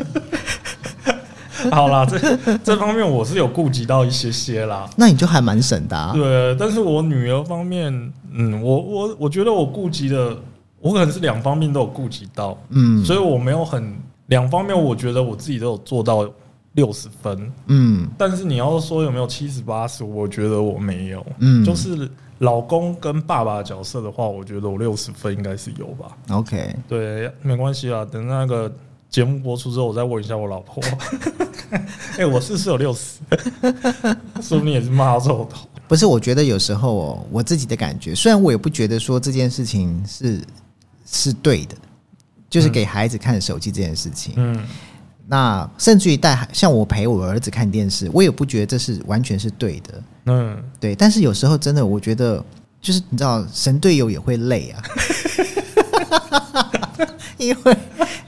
[SPEAKER 2] 好啦，这 这方面我是有顾及到一些些啦。
[SPEAKER 1] 那你就还蛮神的、啊，
[SPEAKER 2] 对，但是我女儿方面，嗯，我我我觉得我顾及的，我可能是两方面都有顾及到，
[SPEAKER 1] 嗯
[SPEAKER 2] 所以我没有很两方面，我觉得我自己都有做到六十分，
[SPEAKER 1] 嗯
[SPEAKER 2] 但是你要说有没有七十八十，我觉得我没有，
[SPEAKER 1] 嗯，
[SPEAKER 2] 就是老公跟爸爸的角色的话，我觉得我六十分应该是有吧，
[SPEAKER 1] OK。
[SPEAKER 2] 对，没关系啊，等那个。节目播出之后，我再问一下我老 婆。哎、我是不是有六十？ 说不定也是骂到臭头。
[SPEAKER 1] 不是，我觉得有时候哦，我自己的感觉，虽然我也不觉得说这件事情是是对的，就是给孩子看手机这件事情，
[SPEAKER 2] 嗯，
[SPEAKER 1] 那甚至于带像我陪我儿子看电视，我也不觉得这是完全是对的，
[SPEAKER 2] 嗯，
[SPEAKER 1] 对。但是有时候真的，我觉得就是你知道，神队友也会累啊， 因为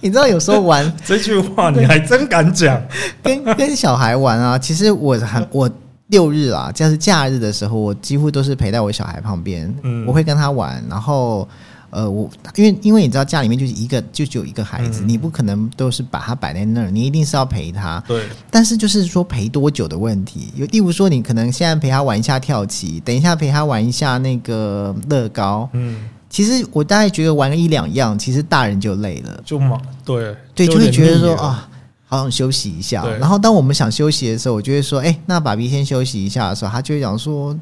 [SPEAKER 1] 你知道有时候玩
[SPEAKER 2] 这句话你还真敢讲，
[SPEAKER 1] 跟 跟小孩玩啊，其实我很我六日啊，这样是假日的时候，我几乎都是陪在我小孩旁边，
[SPEAKER 2] 嗯
[SPEAKER 1] 我会跟他玩，然后。呃，我因为因为你知道家里面就是一个就只有一个孩子，
[SPEAKER 2] 嗯
[SPEAKER 1] 你不可能都是把他摆在那儿，你一定是要陪他。
[SPEAKER 2] 对，
[SPEAKER 1] 但是就是说陪多久的问题，有例如说你可能现在陪他玩一下跳棋，等一下陪他玩一下那个乐高。
[SPEAKER 2] 嗯，
[SPEAKER 1] 其实我大概觉得玩个一两样，其实大人就累了，
[SPEAKER 2] 就嘛，对，
[SPEAKER 1] 对，就
[SPEAKER 2] 有
[SPEAKER 1] 会
[SPEAKER 2] 点
[SPEAKER 1] 觉得
[SPEAKER 2] 腻
[SPEAKER 1] 说
[SPEAKER 2] 了，
[SPEAKER 1] 啊，好想休息一下
[SPEAKER 2] 对。
[SPEAKER 1] 然后当我们想休息的时候，我就会说，哎、那爸比先休息一下的时候，他就会讲说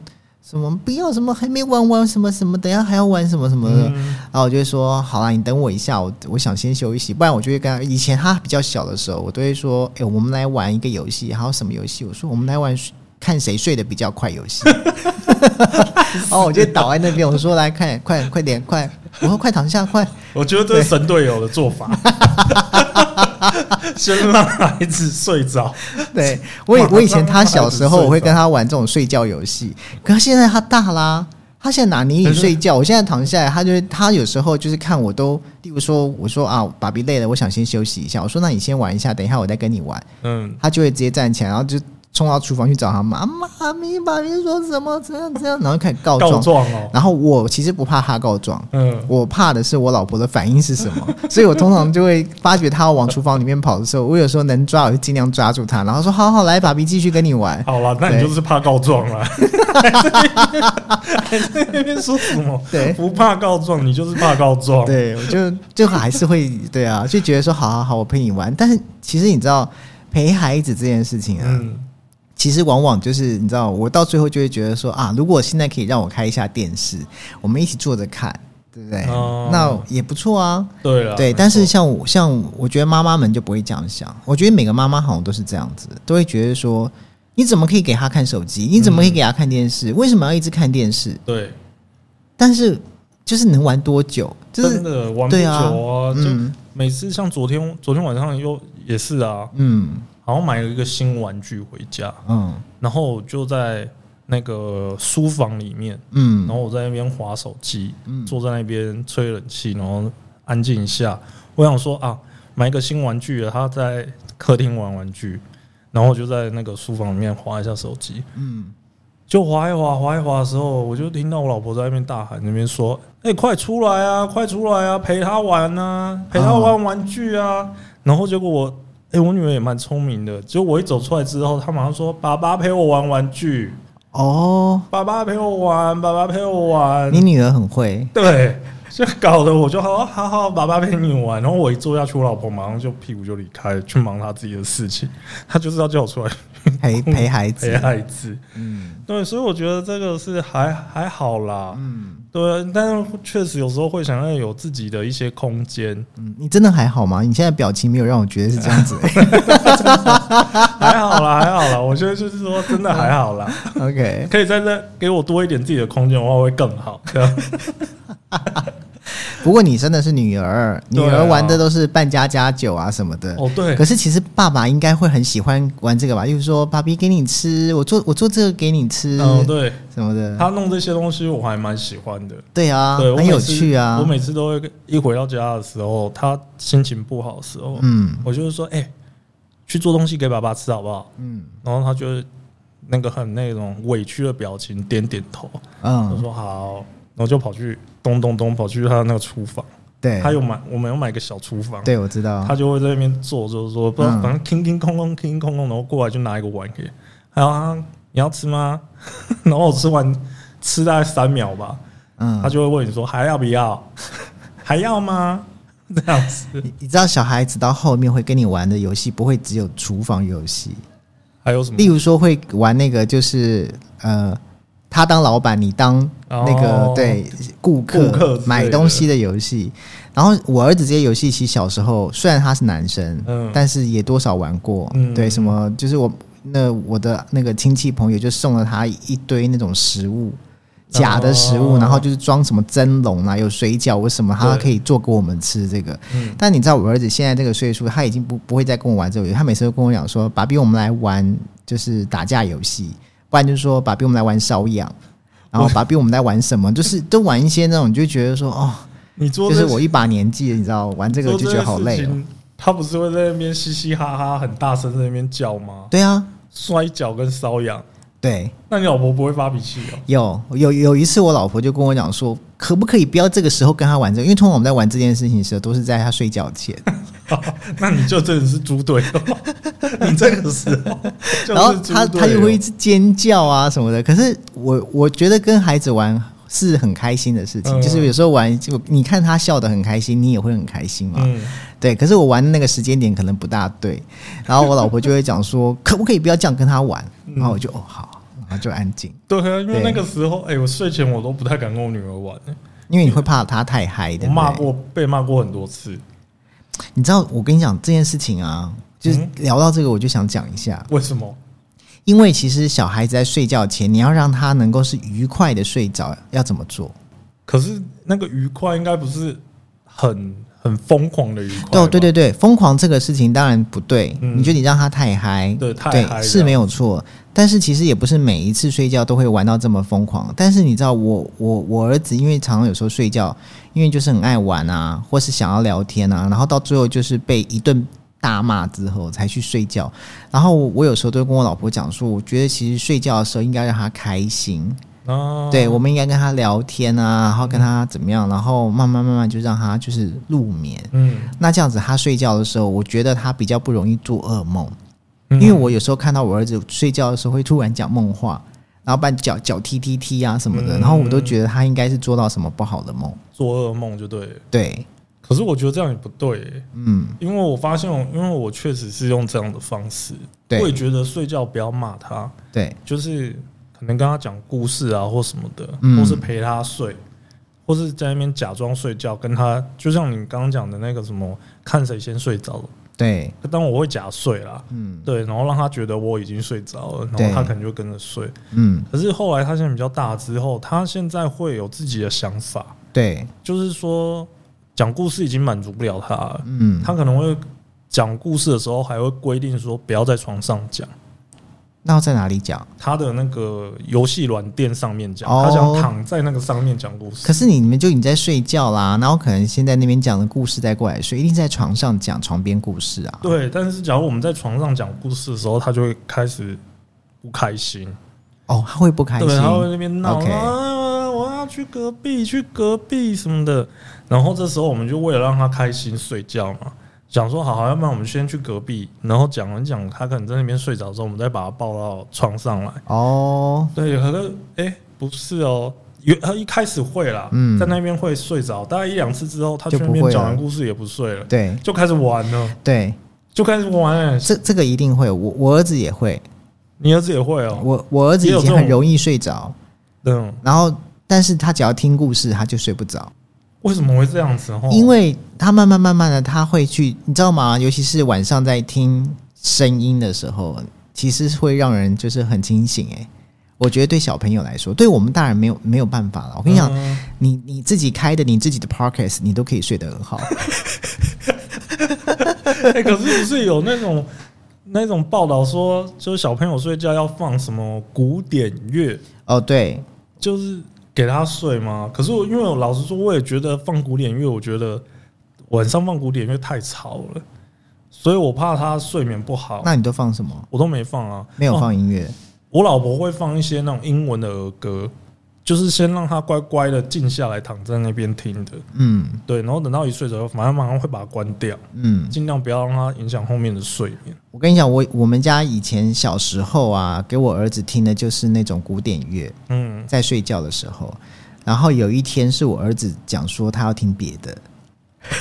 [SPEAKER 1] 什么不要什么还没玩完什么什么，等一下还要玩什么什么的。
[SPEAKER 2] 嗯
[SPEAKER 1] 然后我就会说，好啦，你等我一下，我我想先休息，不然我就会跟他。以前他比较小的时候，我都会说，哎、我们来玩一个游戏，还有什么游戏？我说我们来玩看谁睡得比较快游 戏。然后我就倒在那边，我说来看，快快点，快，我说快躺下，快。
[SPEAKER 2] 我觉得这是神队友的 做法，先让孩子睡着，
[SPEAKER 1] 对我以我以前他小时候，我会跟他玩这种睡觉游戏，可是现在他大啦，他现在拿泥椅睡觉，我现在躺下来，他就会他有时候就是看我都，例如说我说啊，爸比累了，我想先休息一下，我说那你先玩一下，等一下我再跟你玩，
[SPEAKER 2] 嗯，
[SPEAKER 1] 他就会直接站起来，然后就冲到厨房去找他妈妈咪，爸比说什么怎样怎样，然后开始告
[SPEAKER 2] 告
[SPEAKER 1] 状，
[SPEAKER 2] 状哦，
[SPEAKER 1] 然后我其实不怕他告状，
[SPEAKER 2] 嗯，
[SPEAKER 1] 我怕的是我老婆的反应是什么，所以我通常就会发觉她往厨房里面跑的时候，我有时候能抓我就尽量抓住她，然后说好好来，爸比继续跟你玩。
[SPEAKER 2] 好了，那你
[SPEAKER 1] 对
[SPEAKER 2] 就是怕告状 了，还在那边说什么？
[SPEAKER 1] 对
[SPEAKER 2] 不怕告状，你就是怕告状。
[SPEAKER 1] 对，我就就还是会对啊，就觉得说好好好，我陪你玩。但是其实你知道陪孩子这件事情啊，
[SPEAKER 2] 嗯，
[SPEAKER 1] 其实往往就是你知道，我到最后就会觉得说啊，如果现在可以让我开一下电视，我们一起坐着看，对不对？
[SPEAKER 2] 哦
[SPEAKER 1] 那也不错啊。
[SPEAKER 2] 对了，
[SPEAKER 1] 对，
[SPEAKER 2] 没
[SPEAKER 1] 但是
[SPEAKER 2] 错
[SPEAKER 1] 像我像我觉得妈妈们就不会这样想，我觉得每个妈妈好像都是这样子，都会觉得说，你怎么可以给他看手机？你怎么可以
[SPEAKER 2] 嗯
[SPEAKER 1] 给他看电视？为什么要一直看电视？
[SPEAKER 2] 对，
[SPEAKER 1] 但是就是能玩多久？就是
[SPEAKER 2] 真的玩不
[SPEAKER 1] 对
[SPEAKER 2] 久
[SPEAKER 1] 啊
[SPEAKER 2] 啊，就
[SPEAKER 1] 嗯
[SPEAKER 2] 每次像昨天，昨天晚上又也是啊，
[SPEAKER 1] 嗯
[SPEAKER 2] 好像买了一个新玩具回家，
[SPEAKER 1] 嗯
[SPEAKER 2] 然后就在那个书房里面，然
[SPEAKER 1] 嗯
[SPEAKER 2] 后我在那边划手机，
[SPEAKER 1] 嗯
[SPEAKER 2] 坐在那边吹冷气，然后安静一下。我想说啊，买一个新玩具了，啊他在客厅玩玩具，然后我就在那个书房里面划一下手机，
[SPEAKER 1] 嗯，
[SPEAKER 2] 就划一划划一划的时候，我就听到我老婆在那边大喊，那边说：“哎、快出来啊，快出来啊，陪他玩啊，陪他玩玩具啊。然后结果我，哎、我女儿也蛮聪明的，结果我一走出来之后，她马上说：“爸爸陪我玩玩具，
[SPEAKER 1] 哦，
[SPEAKER 2] 爸爸陪我玩，爸爸陪我玩。”
[SPEAKER 1] 你女儿很 会，
[SPEAKER 2] 对，就搞得我就好好好，爸爸陪你玩。然后我一坐下去，我老婆马上就屁股就离开，去忙她自己的事情。她就是要叫我出来
[SPEAKER 1] 陪陪孩
[SPEAKER 2] 陪
[SPEAKER 1] 子，
[SPEAKER 2] 孩子。
[SPEAKER 1] 嗯
[SPEAKER 2] 对，所以我觉得这个是还还好啦。
[SPEAKER 1] 嗯
[SPEAKER 2] 对，啊但是确实有时候会想要有自己的一些空 间，
[SPEAKER 1] 嗯，你真的还好吗？你现在表情没有让我觉得是这 样子、
[SPEAKER 2] 还好啦，还好啦。我觉得就是说，真的还好啦。
[SPEAKER 1] OK，
[SPEAKER 2] 可以在那给我多一点自己的空间的话，会更 好。这样
[SPEAKER 1] 不过你真的是女儿，女
[SPEAKER 2] 对啊
[SPEAKER 1] 儿玩的都是扮家家酒啊什么的。
[SPEAKER 2] 哦，对
[SPEAKER 1] 可，是其实爸爸应该会很喜欢玩这个吧？就是说，爸比给你吃，我做我做这个给你吃，
[SPEAKER 2] 嗯，对
[SPEAKER 1] 什么的。
[SPEAKER 2] 他弄这些东西，我还蛮喜欢的。
[SPEAKER 1] 对啊，
[SPEAKER 2] 对，我
[SPEAKER 1] 很
[SPEAKER 2] 每
[SPEAKER 1] 有
[SPEAKER 2] 次
[SPEAKER 1] 趣啊
[SPEAKER 2] 我。每次都会跟一回到家的时候，他心情不好的时候，
[SPEAKER 1] 嗯
[SPEAKER 2] 我就是说，哎、去做东西给爸爸吃好不好？
[SPEAKER 1] 嗯
[SPEAKER 2] 然后他就会那个很那种委屈的表情，点点头，我
[SPEAKER 1] 嗯，
[SPEAKER 2] 说好，然后就跑去咚咚咚跑去他那个厨房，
[SPEAKER 1] 对，
[SPEAKER 2] 他有买，我们有买一个小厨房。
[SPEAKER 1] 对我知道
[SPEAKER 2] 他。就会在那边做，就是说，不知道，
[SPEAKER 1] 嗯
[SPEAKER 2] 反正叮叮空空，叮叮空空，然后过来就拿一个碗给，然后他你要吃吗？然后我吃完吃大概三秒吧，他
[SPEAKER 1] 嗯，
[SPEAKER 2] 就会问你说还要不要？还要吗？这样子，
[SPEAKER 1] 你你知道小孩子到后面会跟你玩的游戏，不会只有厨房游戏，
[SPEAKER 2] 还有什么
[SPEAKER 1] 例？如说会玩那个就是呃。他当老板，你当那个、
[SPEAKER 2] 哦
[SPEAKER 1] 对顾客
[SPEAKER 2] 顾客之类的
[SPEAKER 1] 买东西的游戏。然后我儿子这些游戏，其实小时候虽然他是男生，
[SPEAKER 2] 嗯
[SPEAKER 1] 但是也多少玩过。
[SPEAKER 2] 嗯
[SPEAKER 1] 对，什么就是我那我的那个亲戚朋友就送了他一堆那种食物，假的食物，
[SPEAKER 2] 哦
[SPEAKER 1] 然后就是装什么蒸笼啊，有水饺或什么，他
[SPEAKER 2] 对
[SPEAKER 1] 可以做给我们吃这个。
[SPEAKER 2] 嗯
[SPEAKER 1] 但你知道我儿子现在这个岁数，他已经不不会再跟我玩这个游戏，他每次都跟我讲说：“爸比，我们来玩就是打架游戏，不然就是说爸比，我们来玩瘙痒，然后爸比，我们来玩什 么，就是都玩一些那种，你就觉得说哦，
[SPEAKER 2] 你做
[SPEAKER 1] 就是
[SPEAKER 2] 这
[SPEAKER 1] 我一把年纪了，你知道玩这个
[SPEAKER 2] 做
[SPEAKER 1] 就觉
[SPEAKER 2] 件
[SPEAKER 1] 得好
[SPEAKER 2] 事
[SPEAKER 1] 累哦。
[SPEAKER 2] 情他不是会在那边嘻嘻哈哈，很大声在那边叫吗？
[SPEAKER 1] 对啊，
[SPEAKER 2] 摔跤跟瘙痒，
[SPEAKER 1] 对，
[SPEAKER 2] 那你老婆不会发脾气哦？
[SPEAKER 1] 有有有一次，我老婆就跟我讲说，可不可以不要这个时候跟他玩这个？因为通常我们在玩这件事情的时候，都是在他睡觉前。
[SPEAKER 2] 那你就真的是 猪队友，你这个时候就是
[SPEAKER 1] 然后
[SPEAKER 2] 猪
[SPEAKER 1] 他
[SPEAKER 2] 队
[SPEAKER 1] 他就会一
[SPEAKER 2] 友
[SPEAKER 1] 直尖叫啊什么的。可是我我觉得跟孩子玩是很开心的事情，
[SPEAKER 2] 嗯
[SPEAKER 1] 就是有时候玩就你看他笑得很开心，你也会很开心嘛。
[SPEAKER 2] 嗯，
[SPEAKER 1] 对，可是我玩的那个时间点可能不大对，然后我老婆就会讲说，可不可以不要这样跟他玩？
[SPEAKER 2] 嗯
[SPEAKER 1] 然后我就哦好，然后就安静，
[SPEAKER 2] 对啊，因为
[SPEAKER 1] 对
[SPEAKER 2] 那个时候，哎、我睡前我都不太敢跟我女儿玩、
[SPEAKER 1] 因为你会怕他太嗨，
[SPEAKER 2] 我
[SPEAKER 1] 对
[SPEAKER 2] 骂
[SPEAKER 1] 不对？
[SPEAKER 2] 过，被骂过很多次。
[SPEAKER 1] 你知道我跟你讲这件事情啊，就是聊到这个我就想讲一下，
[SPEAKER 2] 为什么？
[SPEAKER 1] 因为其实小孩子在睡觉前，你要让他能够是愉快的睡着，要怎么做？
[SPEAKER 2] 可是那个愉快应该不是很很疯狂的愉快吧，
[SPEAKER 1] 哦对对对对，疯狂这个事情当然不对，
[SPEAKER 2] 嗯
[SPEAKER 1] 你觉得你让他太嗨，
[SPEAKER 2] 对太嗨了
[SPEAKER 1] 是没有错。但是其实也不是每一次睡觉都会玩到这么疯狂。但是你知道我我我儿子，因为常常有时候睡觉，因为就是很爱玩啊，或是想要聊天啊，然后到最后就是被一顿大骂之后才去睡觉。然后我我有时候都会跟我老婆讲说，我觉得其实睡觉的时候应该让他开心，
[SPEAKER 2] 啊，
[SPEAKER 1] 对，我们应该跟他聊天啊，然后跟他怎么样，然后慢慢慢慢就让他就是入眠。
[SPEAKER 2] 嗯，
[SPEAKER 1] 那这样子，他睡觉的时候，我觉得他比较不容易做噩梦，
[SPEAKER 2] 嗯，
[SPEAKER 1] 因为我有时候看到我儿子睡觉的时候会突然讲梦话，然后把脚脚踢踢踢啊什么的，
[SPEAKER 2] 嗯
[SPEAKER 1] 然后我都觉得他应该是做到什么不好的梦。
[SPEAKER 2] 做噩梦就对了。
[SPEAKER 1] 对，
[SPEAKER 2] 可是我觉得这样也不对、
[SPEAKER 1] 嗯，
[SPEAKER 2] 因为我发现我，因为我确实是用这样的方式，我也
[SPEAKER 1] 对
[SPEAKER 2] 觉得睡觉不要骂他，
[SPEAKER 1] 对
[SPEAKER 2] 就是可能跟他讲故事啊，或什么的，
[SPEAKER 1] 嗯
[SPEAKER 2] 或是陪他睡，或是在那边假装睡觉，跟他就像你刚刚讲的那个什么，看谁先睡着了。
[SPEAKER 1] 对，
[SPEAKER 2] 但我会假睡啦，
[SPEAKER 1] 嗯
[SPEAKER 2] 对，然后让他觉得我已经睡着了，然
[SPEAKER 1] 对
[SPEAKER 2] 后他可能就跟着睡。
[SPEAKER 1] 嗯，
[SPEAKER 2] 可是后来他现在比较大之后，他现在会有自己的想法，
[SPEAKER 1] 对，
[SPEAKER 2] 就是说讲故事已经满足不了他了，
[SPEAKER 1] 嗯，
[SPEAKER 2] 他可能会讲故事的时候还会规定说不要在床上讲。
[SPEAKER 1] 那要在哪里讲？
[SPEAKER 2] 他的那个游戏软垫上面讲，
[SPEAKER 1] 哦
[SPEAKER 2] 他想躺在那个上面讲故事。
[SPEAKER 1] 可是你们就你在睡觉啦，然后可能先在那边讲的故事再过来睡，一定在床上讲床边故事啊。
[SPEAKER 2] 对，但是假如我们在床上讲故事的时候，他就会开始不开心，
[SPEAKER 1] 哦，他会不开心
[SPEAKER 2] 对，。他会在那边闹
[SPEAKER 1] OK
[SPEAKER 2] 啊，我要去隔壁，去隔壁什么的。然后这时候我们就为了让他开心睡觉嘛，想说好好，要不然我们先去隔壁，然后讲完讲，他可能在那边睡着之后，我们再把他抱到床上来。
[SPEAKER 1] 哦，
[SPEAKER 2] 对，可是哎、不是哦，有他一开始会啦，
[SPEAKER 1] 嗯
[SPEAKER 2] 在那边会睡着，大概一两次之后，他去
[SPEAKER 1] 就
[SPEAKER 2] 那
[SPEAKER 1] 不
[SPEAKER 2] 边
[SPEAKER 1] 会
[SPEAKER 2] 讲
[SPEAKER 1] 了
[SPEAKER 2] 完故事也不睡了，
[SPEAKER 1] 对
[SPEAKER 2] 就开始玩了，
[SPEAKER 1] 对，
[SPEAKER 2] 就开始玩、欸。
[SPEAKER 1] 这这个一定会，我我儿子也会。
[SPEAKER 2] 你儿子也会哦，
[SPEAKER 1] 我我儿子以前很容易睡着，
[SPEAKER 2] 嗯，
[SPEAKER 1] 然后但是他只要听故事他就睡不着，
[SPEAKER 2] 为什么会这样子？哦，
[SPEAKER 1] 因为他慢慢慢慢的他会去，你知道吗？尤其是晚上在听声音的时候，其实会让人就是很清醒诶、我觉得对小朋友来说，对我们大人没有没有办法了。我
[SPEAKER 2] 我
[SPEAKER 1] 跟你讲，
[SPEAKER 2] 嗯、
[SPEAKER 1] 你你自己开的你自己的 podcast，你都可以睡得 很好。
[SPEAKER 2] 哎可是不是有那种那种报道说，就是小朋友睡觉要放什么古典乐，
[SPEAKER 1] 哦，对，
[SPEAKER 2] 就是给他睡吗？可是我因为我老实说，我也觉得放古典乐，我觉得晚上放古典乐太吵了，所以我怕他睡眠不好。
[SPEAKER 1] 那你都放什么？
[SPEAKER 2] 我都没放啊，
[SPEAKER 1] 没有
[SPEAKER 2] 哦
[SPEAKER 1] 放音乐
[SPEAKER 2] 我老婆会放一些那种英文的儿歌，就是先让他乖乖的静下来，躺在那边听的。
[SPEAKER 1] 嗯
[SPEAKER 2] 对，然后等到一睡着，反正马上会把它关掉，
[SPEAKER 1] 嗯，
[SPEAKER 2] 尽量不要让它影响后面的睡眠。
[SPEAKER 1] 我跟你讲，我我们家以前小时候啊，给我儿子听的就是那种古典乐，
[SPEAKER 2] 嗯，
[SPEAKER 1] 在睡觉的时候。然后有一天是我儿子讲说他要听别的，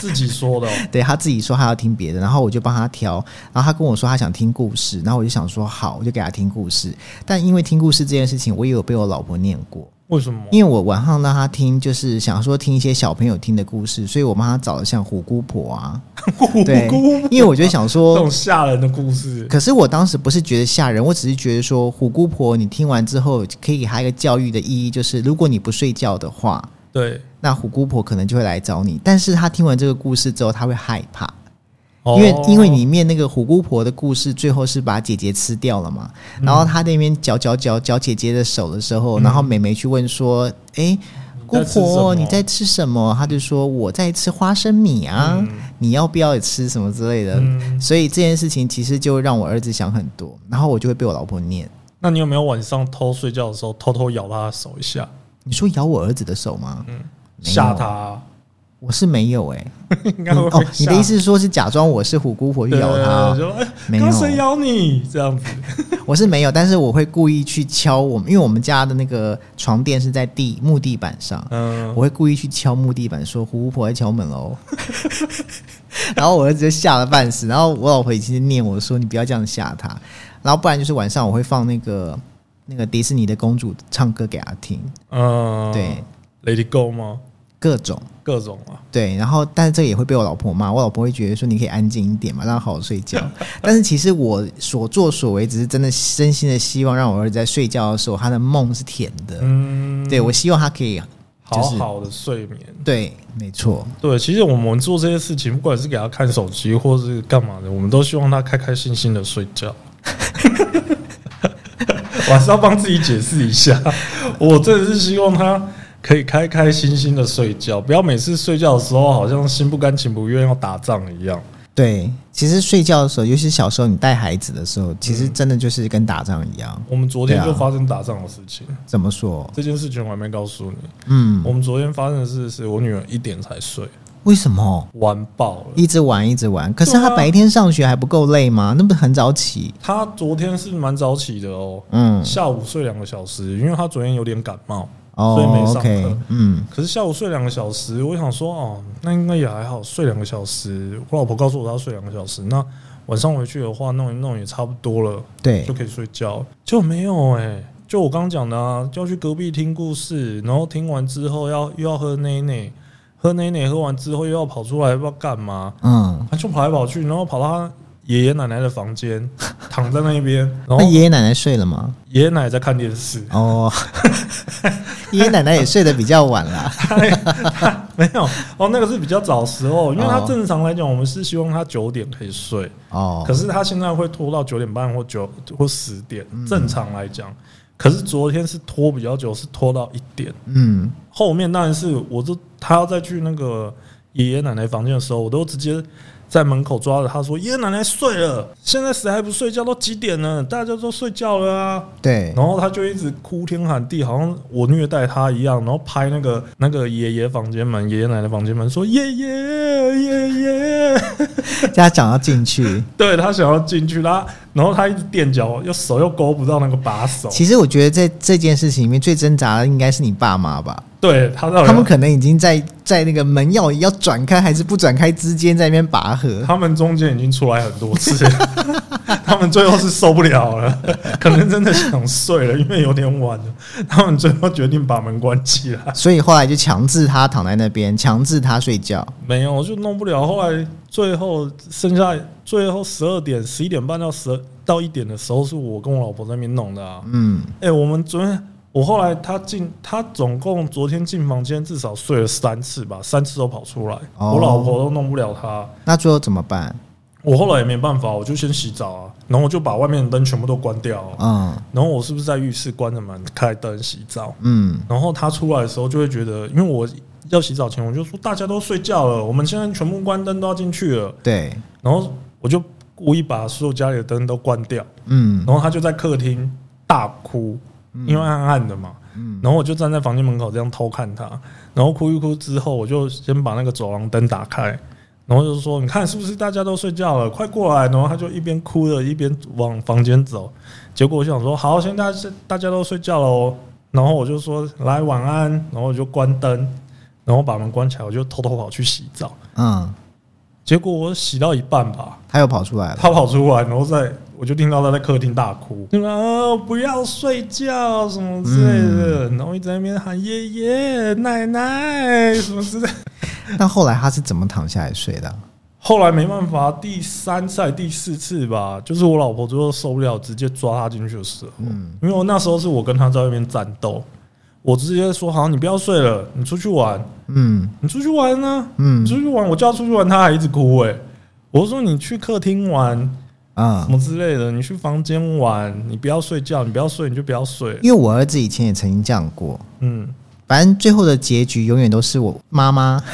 [SPEAKER 2] 自己说的哦、
[SPEAKER 1] 对他自己说他要听别的，然后我就帮他挑，然后他跟我说他想听故事，然后我就想说好，我就给他听故事。但因为听故事这件事情，我也有被我老婆念过，
[SPEAKER 2] 为什么？
[SPEAKER 1] 因为我晚上让他听，就是想说听一些小朋友听的故事，所以我帮他找了像虎姑婆啊，对
[SPEAKER 2] 咕咕，
[SPEAKER 1] 因为我就想
[SPEAKER 2] 这
[SPEAKER 1] 说
[SPEAKER 2] 种，吓人的故事，
[SPEAKER 1] 可是我当时不是觉得吓人，我只是觉得说虎姑婆，你听完之后可以给他一个教育的意义，就是如果你不睡觉的话，
[SPEAKER 2] 对，
[SPEAKER 1] 那虎姑婆可能就会来找你。但是他听完这个故事之后，他会害怕，
[SPEAKER 2] 哦
[SPEAKER 1] 因为因为里面那个虎姑婆的故事，最后是把姐姐吃掉了嘛。然后她那边绞绞绞绞姐姐的手的时候，
[SPEAKER 2] 嗯
[SPEAKER 1] 然后妹妹去问说：“诶，姑
[SPEAKER 2] 在吃什
[SPEAKER 1] 婆
[SPEAKER 2] 么
[SPEAKER 1] 你在吃什么？”她就说：“我在吃花生米啊，
[SPEAKER 2] 嗯
[SPEAKER 1] 你要不要也吃什么之类的？”
[SPEAKER 2] 嗯
[SPEAKER 1] 所以这件事情其实就让我儿子想很多，然后我就会被我老婆念。
[SPEAKER 2] 那你有没有晚上偷睡觉的时候偷偷咬他的手一下，
[SPEAKER 1] 你说咬我儿子的手吗？
[SPEAKER 2] 嗯
[SPEAKER 1] 没有
[SPEAKER 2] 吓他 啊？
[SPEAKER 1] 我是没有诶。
[SPEAKER 2] 应该会
[SPEAKER 1] 哦
[SPEAKER 2] 被，
[SPEAKER 1] 你
[SPEAKER 2] 吓
[SPEAKER 1] 的意思是说是假装我是虎姑婆去
[SPEAKER 2] 对
[SPEAKER 1] 咬他？
[SPEAKER 2] 就哎，
[SPEAKER 1] 没有
[SPEAKER 2] 刚谁咬你这样子？
[SPEAKER 1] 我是没有，但是我会故意去敲我们，因为我们家的那个床垫是在地木地板上，
[SPEAKER 2] 嗯，
[SPEAKER 1] 我会故意去敲木地板，说胡姑婆在敲门喽。 然后我儿子就吓了半死，然后我老婆已经念我说你不要这样吓他，然后不然就是晚上我会放那个那个迪士尼的公主唱歌给他听，
[SPEAKER 2] 嗯，
[SPEAKER 1] 对，
[SPEAKER 2] ，Lady Go 吗？
[SPEAKER 1] 各种
[SPEAKER 2] 各种啊，
[SPEAKER 1] 对，然后但是这个也会被我老婆骂，我老婆会觉得说你可以安静一点嘛，让她好好睡觉。 但是其实我所作所为，只是真的真心的希望让我儿子在睡觉的时候，他的梦是甜的。
[SPEAKER 2] 嗯，
[SPEAKER 1] 对我希望他可以，
[SPEAKER 2] 好
[SPEAKER 1] 就是
[SPEAKER 2] 好的睡眠。
[SPEAKER 1] 对，没错，
[SPEAKER 2] 对，其实我们做这些事情，不管是给他看手机或是干嘛的，我们都希望他开开心心的睡觉。 我还是要帮自己解释一下，我真的是希望他可以开开心心的睡觉，不要每次睡觉的时候好像心不甘情不愿要打仗一样。
[SPEAKER 1] 对。其实睡觉的时候，尤其是小时候你带孩子的时候，其实真的就是跟打仗一样。
[SPEAKER 2] 我们昨天
[SPEAKER 1] 对啊
[SPEAKER 2] 就发生打仗的事情，
[SPEAKER 1] 怎么说？
[SPEAKER 2] 这件事情我还没告诉你。
[SPEAKER 1] 嗯，
[SPEAKER 2] 我们昨天发生的事是我女儿一点才睡，
[SPEAKER 1] 为什么
[SPEAKER 2] 玩爆了。
[SPEAKER 1] 一直玩一直玩？可是他
[SPEAKER 2] 对啊
[SPEAKER 1] 白天上学还不够累吗？那不是很早起？
[SPEAKER 2] 她昨天是蛮早起的哦，
[SPEAKER 1] 嗯，
[SPEAKER 2] 下午睡两个小时，因为她昨天有点感冒。所以没
[SPEAKER 1] 哦
[SPEAKER 2] 上课
[SPEAKER 1] ，OK，嗯，
[SPEAKER 2] 可是下午睡两个小时，我想说哦，那应该也还好，睡两个小时。我老婆告诉我她睡两个小时，那晚上回去的话弄一弄也差不多了，
[SPEAKER 1] 对
[SPEAKER 2] 就，可以睡觉。就没有哎、就我刚讲的啊，就要去隔壁听故事，然后听完之后要又要喝奶奶，喝奶奶喝完之后又要跑出来不知道干嘛，
[SPEAKER 1] 嗯。
[SPEAKER 2] 他就跑来跑去，然后跑到她爷爷奶奶的房间，躺在那边，然后
[SPEAKER 1] 那爷爷奶奶睡了吗？
[SPEAKER 2] 爷爷奶奶在看电视。
[SPEAKER 1] 哦，爷爷奶奶也睡得比较晚啦。
[SPEAKER 2] 没有哦，那个是比较早时候，因为他
[SPEAKER 1] 哦
[SPEAKER 2] 正常来讲，我们是希望他九点可以睡，
[SPEAKER 1] 哦
[SPEAKER 2] 可，是他现在会拖到九点半或九或十点，
[SPEAKER 1] 嗯
[SPEAKER 2] 正常来讲。可是昨天是拖比较久，是拖到一点。
[SPEAKER 1] 嗯，
[SPEAKER 2] 后面当然是我就他要再去那个爷爷奶奶房间的时候，我都直接在门口抓着他说：“爷爷奶奶睡了，现在谁还不睡觉？都几点了？大家都睡觉了啊！”
[SPEAKER 1] 对，
[SPEAKER 2] 然后他就一直哭天喊地，好像我虐待他一样，然后拍那个那个爷爷房间门、爷爷奶奶房间门，说爷爷爷爷，
[SPEAKER 1] 家长要进去。
[SPEAKER 2] 对他想要进去，他然后他一直垫脚，又手又勾不到那个把手，
[SPEAKER 1] 其实我觉得在这件事情里面最挣扎的应该是你爸妈吧，
[SPEAKER 2] 对他到底
[SPEAKER 1] 他们可能已经在在那个门要要转开还是不转开之间在那边拔河。
[SPEAKER 2] 他们中间已经出来很多次， 他们最后是受不了了， 可能真的想睡了，因为有点晚了，他们最后决定把门关起来。
[SPEAKER 1] 所以后来就强制他躺在那边，强制他睡觉。
[SPEAKER 2] 没有，就弄不了。后来最后剩下最后十二点、十一点半到十到一点的时候，是我跟我老婆在那边弄的啊。
[SPEAKER 1] 嗯，
[SPEAKER 2] 哎、我们昨天我后来她进，她总共昨天进房间至少睡了三次吧，三次都跑出来，
[SPEAKER 1] 哦
[SPEAKER 2] 我老婆都弄不了她。
[SPEAKER 1] 那最后怎么办？
[SPEAKER 2] 我后来也没办法，我就先洗澡啊，然后我就把外面的灯全部都关掉啊、
[SPEAKER 1] 嗯
[SPEAKER 2] 然后我是不是在浴室关着门开灯洗澡？
[SPEAKER 1] 嗯，
[SPEAKER 2] 然后他出来的时候就会觉得，因为我要洗澡前我就说大家都睡觉了，我们现在全部关灯都要进去了，
[SPEAKER 1] 对，
[SPEAKER 2] 然后我就故意把所有家里的灯都关掉，
[SPEAKER 1] 嗯
[SPEAKER 2] 然后他就在客厅大哭，因为暗暗的嘛，然后我就站在房间门口这样偷看他，然后哭一哭之后，我就先把那个走廊灯打开。然后就说：“你看是不是大家都睡觉了？快过来！”然后他就一边哭着一边往房间走。结果我想说：“好，现在是大家都睡觉了哦。”然后我就说：“来，晚安。”然后我就关灯，然后把门关起来，我就偷偷跑去洗澡。
[SPEAKER 1] 嗯，
[SPEAKER 2] 结果我洗到一半吧，
[SPEAKER 1] 他又跑出来了。
[SPEAKER 2] 他跑出来，然后在我就听到她在客厅大哭，就说啊不要睡觉什么之类的，然后一直在那边喊爷爷奶奶什么之类的。
[SPEAKER 1] 那后来他是怎么躺下来睡的啊？
[SPEAKER 2] 后来没办法，第三次、第四次吧，就是我老婆最后受不了，直接抓她进去的时候，因为我那时候是我跟她在外面战斗，我直接说好，你不要睡了，你出去玩，
[SPEAKER 1] 嗯
[SPEAKER 2] 你出去玩呢、你
[SPEAKER 1] 嗯
[SPEAKER 2] 出去玩，我叫她出去玩，她还一直哭哎、我说你去客厅玩
[SPEAKER 1] 啊
[SPEAKER 2] 什，么之类的，你去房间玩，你不要睡觉，你不要睡你就不要睡，
[SPEAKER 1] 因为我儿子以前也曾经这样过，
[SPEAKER 2] 嗯，
[SPEAKER 1] 反正最后的结局永远都是我妈妈，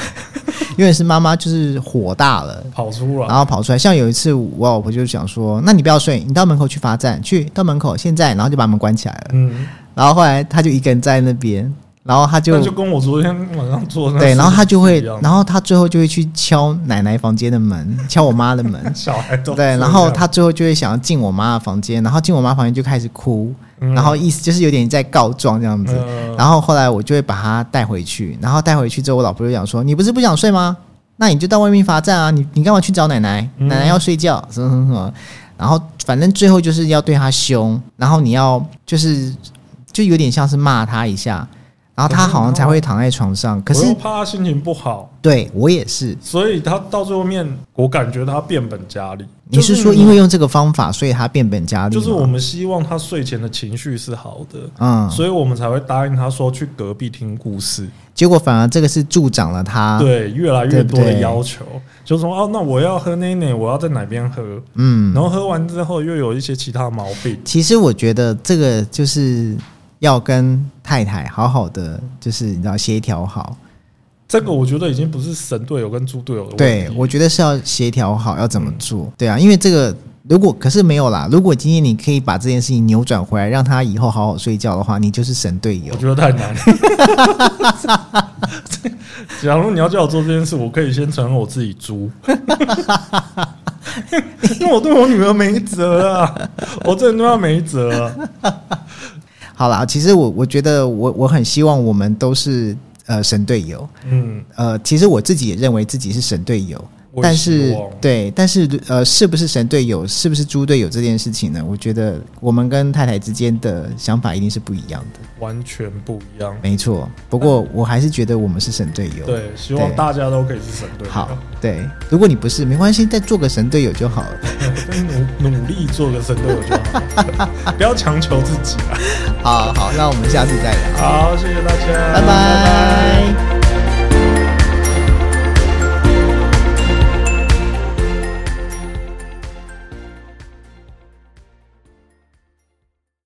[SPEAKER 1] 永远是妈妈就是火大了。
[SPEAKER 2] 跑出
[SPEAKER 1] 然
[SPEAKER 2] 来，
[SPEAKER 1] 后跑出来，像有一次我老婆就想说，那你不要睡，你到门口去罚站，去到门口现在，然后就把门关起来了。
[SPEAKER 2] 嗯，
[SPEAKER 1] 然后后来他就一个人在那边，然后他
[SPEAKER 2] 那
[SPEAKER 1] 就
[SPEAKER 2] 就跟我昨天晚上做的那
[SPEAKER 1] 对，然后他就会
[SPEAKER 2] 一样，，
[SPEAKER 1] 然后他最后就会去敲奶奶房间的门， 敲我妈的门
[SPEAKER 2] 小孩都
[SPEAKER 1] 对，
[SPEAKER 2] 这
[SPEAKER 1] 然后
[SPEAKER 2] 样
[SPEAKER 1] 他最后就会想要进我妈的房间，然后进我妈房间就开始哭，
[SPEAKER 2] 嗯
[SPEAKER 1] 然后意思就是有点在告状这样子。啊
[SPEAKER 2] 嗯
[SPEAKER 1] 然后后来我就会把他带回去，然后带回去之后，我老婆就讲说：“你不是不想睡吗？那你就到外面罚站啊！你你干嘛去找奶奶？
[SPEAKER 2] 嗯
[SPEAKER 1] 奶奶要睡觉，什么什么什么。”然后反正最后就是要对他凶，然后你要就是就有点像是骂他一下，然后他好像才会躺在床上。可
[SPEAKER 2] 我又
[SPEAKER 1] 是
[SPEAKER 2] 怕他心情不好，
[SPEAKER 1] 对我也是，
[SPEAKER 2] 所以他到最后面，我感觉他变本加厉。
[SPEAKER 1] 你是说因为用这个方法，所以他变本加厉
[SPEAKER 2] 就
[SPEAKER 1] 吗？
[SPEAKER 2] 是我们希望他睡前的情绪是好的，
[SPEAKER 1] 嗯，
[SPEAKER 2] 所以我们才会答应他说去隔壁听故事。
[SPEAKER 1] 结果反而这个是助长了他。
[SPEAKER 2] 对，越来
[SPEAKER 1] 啊对
[SPEAKER 2] 越多
[SPEAKER 1] 不
[SPEAKER 2] 的
[SPEAKER 1] 对
[SPEAKER 2] 要求，就说哦，那我要喝奶奶，我要在哪边喝，
[SPEAKER 1] 嗯
[SPEAKER 2] 然，后喝完之后又有一些其他毛病。
[SPEAKER 1] 其实我觉得这个就是要跟太太好好的，就是你知道协调好。
[SPEAKER 2] 这个我觉得已经不是神队友跟猪队友的问题。嗯
[SPEAKER 1] 对，我觉得是要协调好要怎么做。对啊，因为这个如果可是没有啦，如果今天你可以把这件事情扭转回来，让他以后好好睡觉的话，你就是神队友
[SPEAKER 2] 我。觉得太难。了。 假如你要叫我做这件事，我可以先承认我自 己猪，因为我对我女儿没辙啊，我真的对她没辙啊、
[SPEAKER 1] 好啦，其实我我觉得我我很希望我们都是呃神队友。
[SPEAKER 2] 嗯，
[SPEAKER 1] 呃，其实我自己也认为自己是神队友，
[SPEAKER 2] 我也
[SPEAKER 1] 但
[SPEAKER 2] 希
[SPEAKER 1] 是
[SPEAKER 2] 望
[SPEAKER 1] 对，但是呃，是不是神队友，是不是猪队友这件事情呢？我觉得我们跟太太之间的想法一定是不一样的，
[SPEAKER 2] 完全不一样。
[SPEAKER 1] 没错。不过我还是觉得我们是神队友。，
[SPEAKER 2] 嗯对，希望
[SPEAKER 1] 对
[SPEAKER 2] 大家都可以是神队友，
[SPEAKER 1] 好，对，如果你不是，没关系，再做个神队友就好了。
[SPEAKER 2] 就是努努力做个神队友就 好，不要强求自己啊。
[SPEAKER 1] 好好，那我们下次再聊，
[SPEAKER 2] 好，谢谢大家，
[SPEAKER 1] 拜拜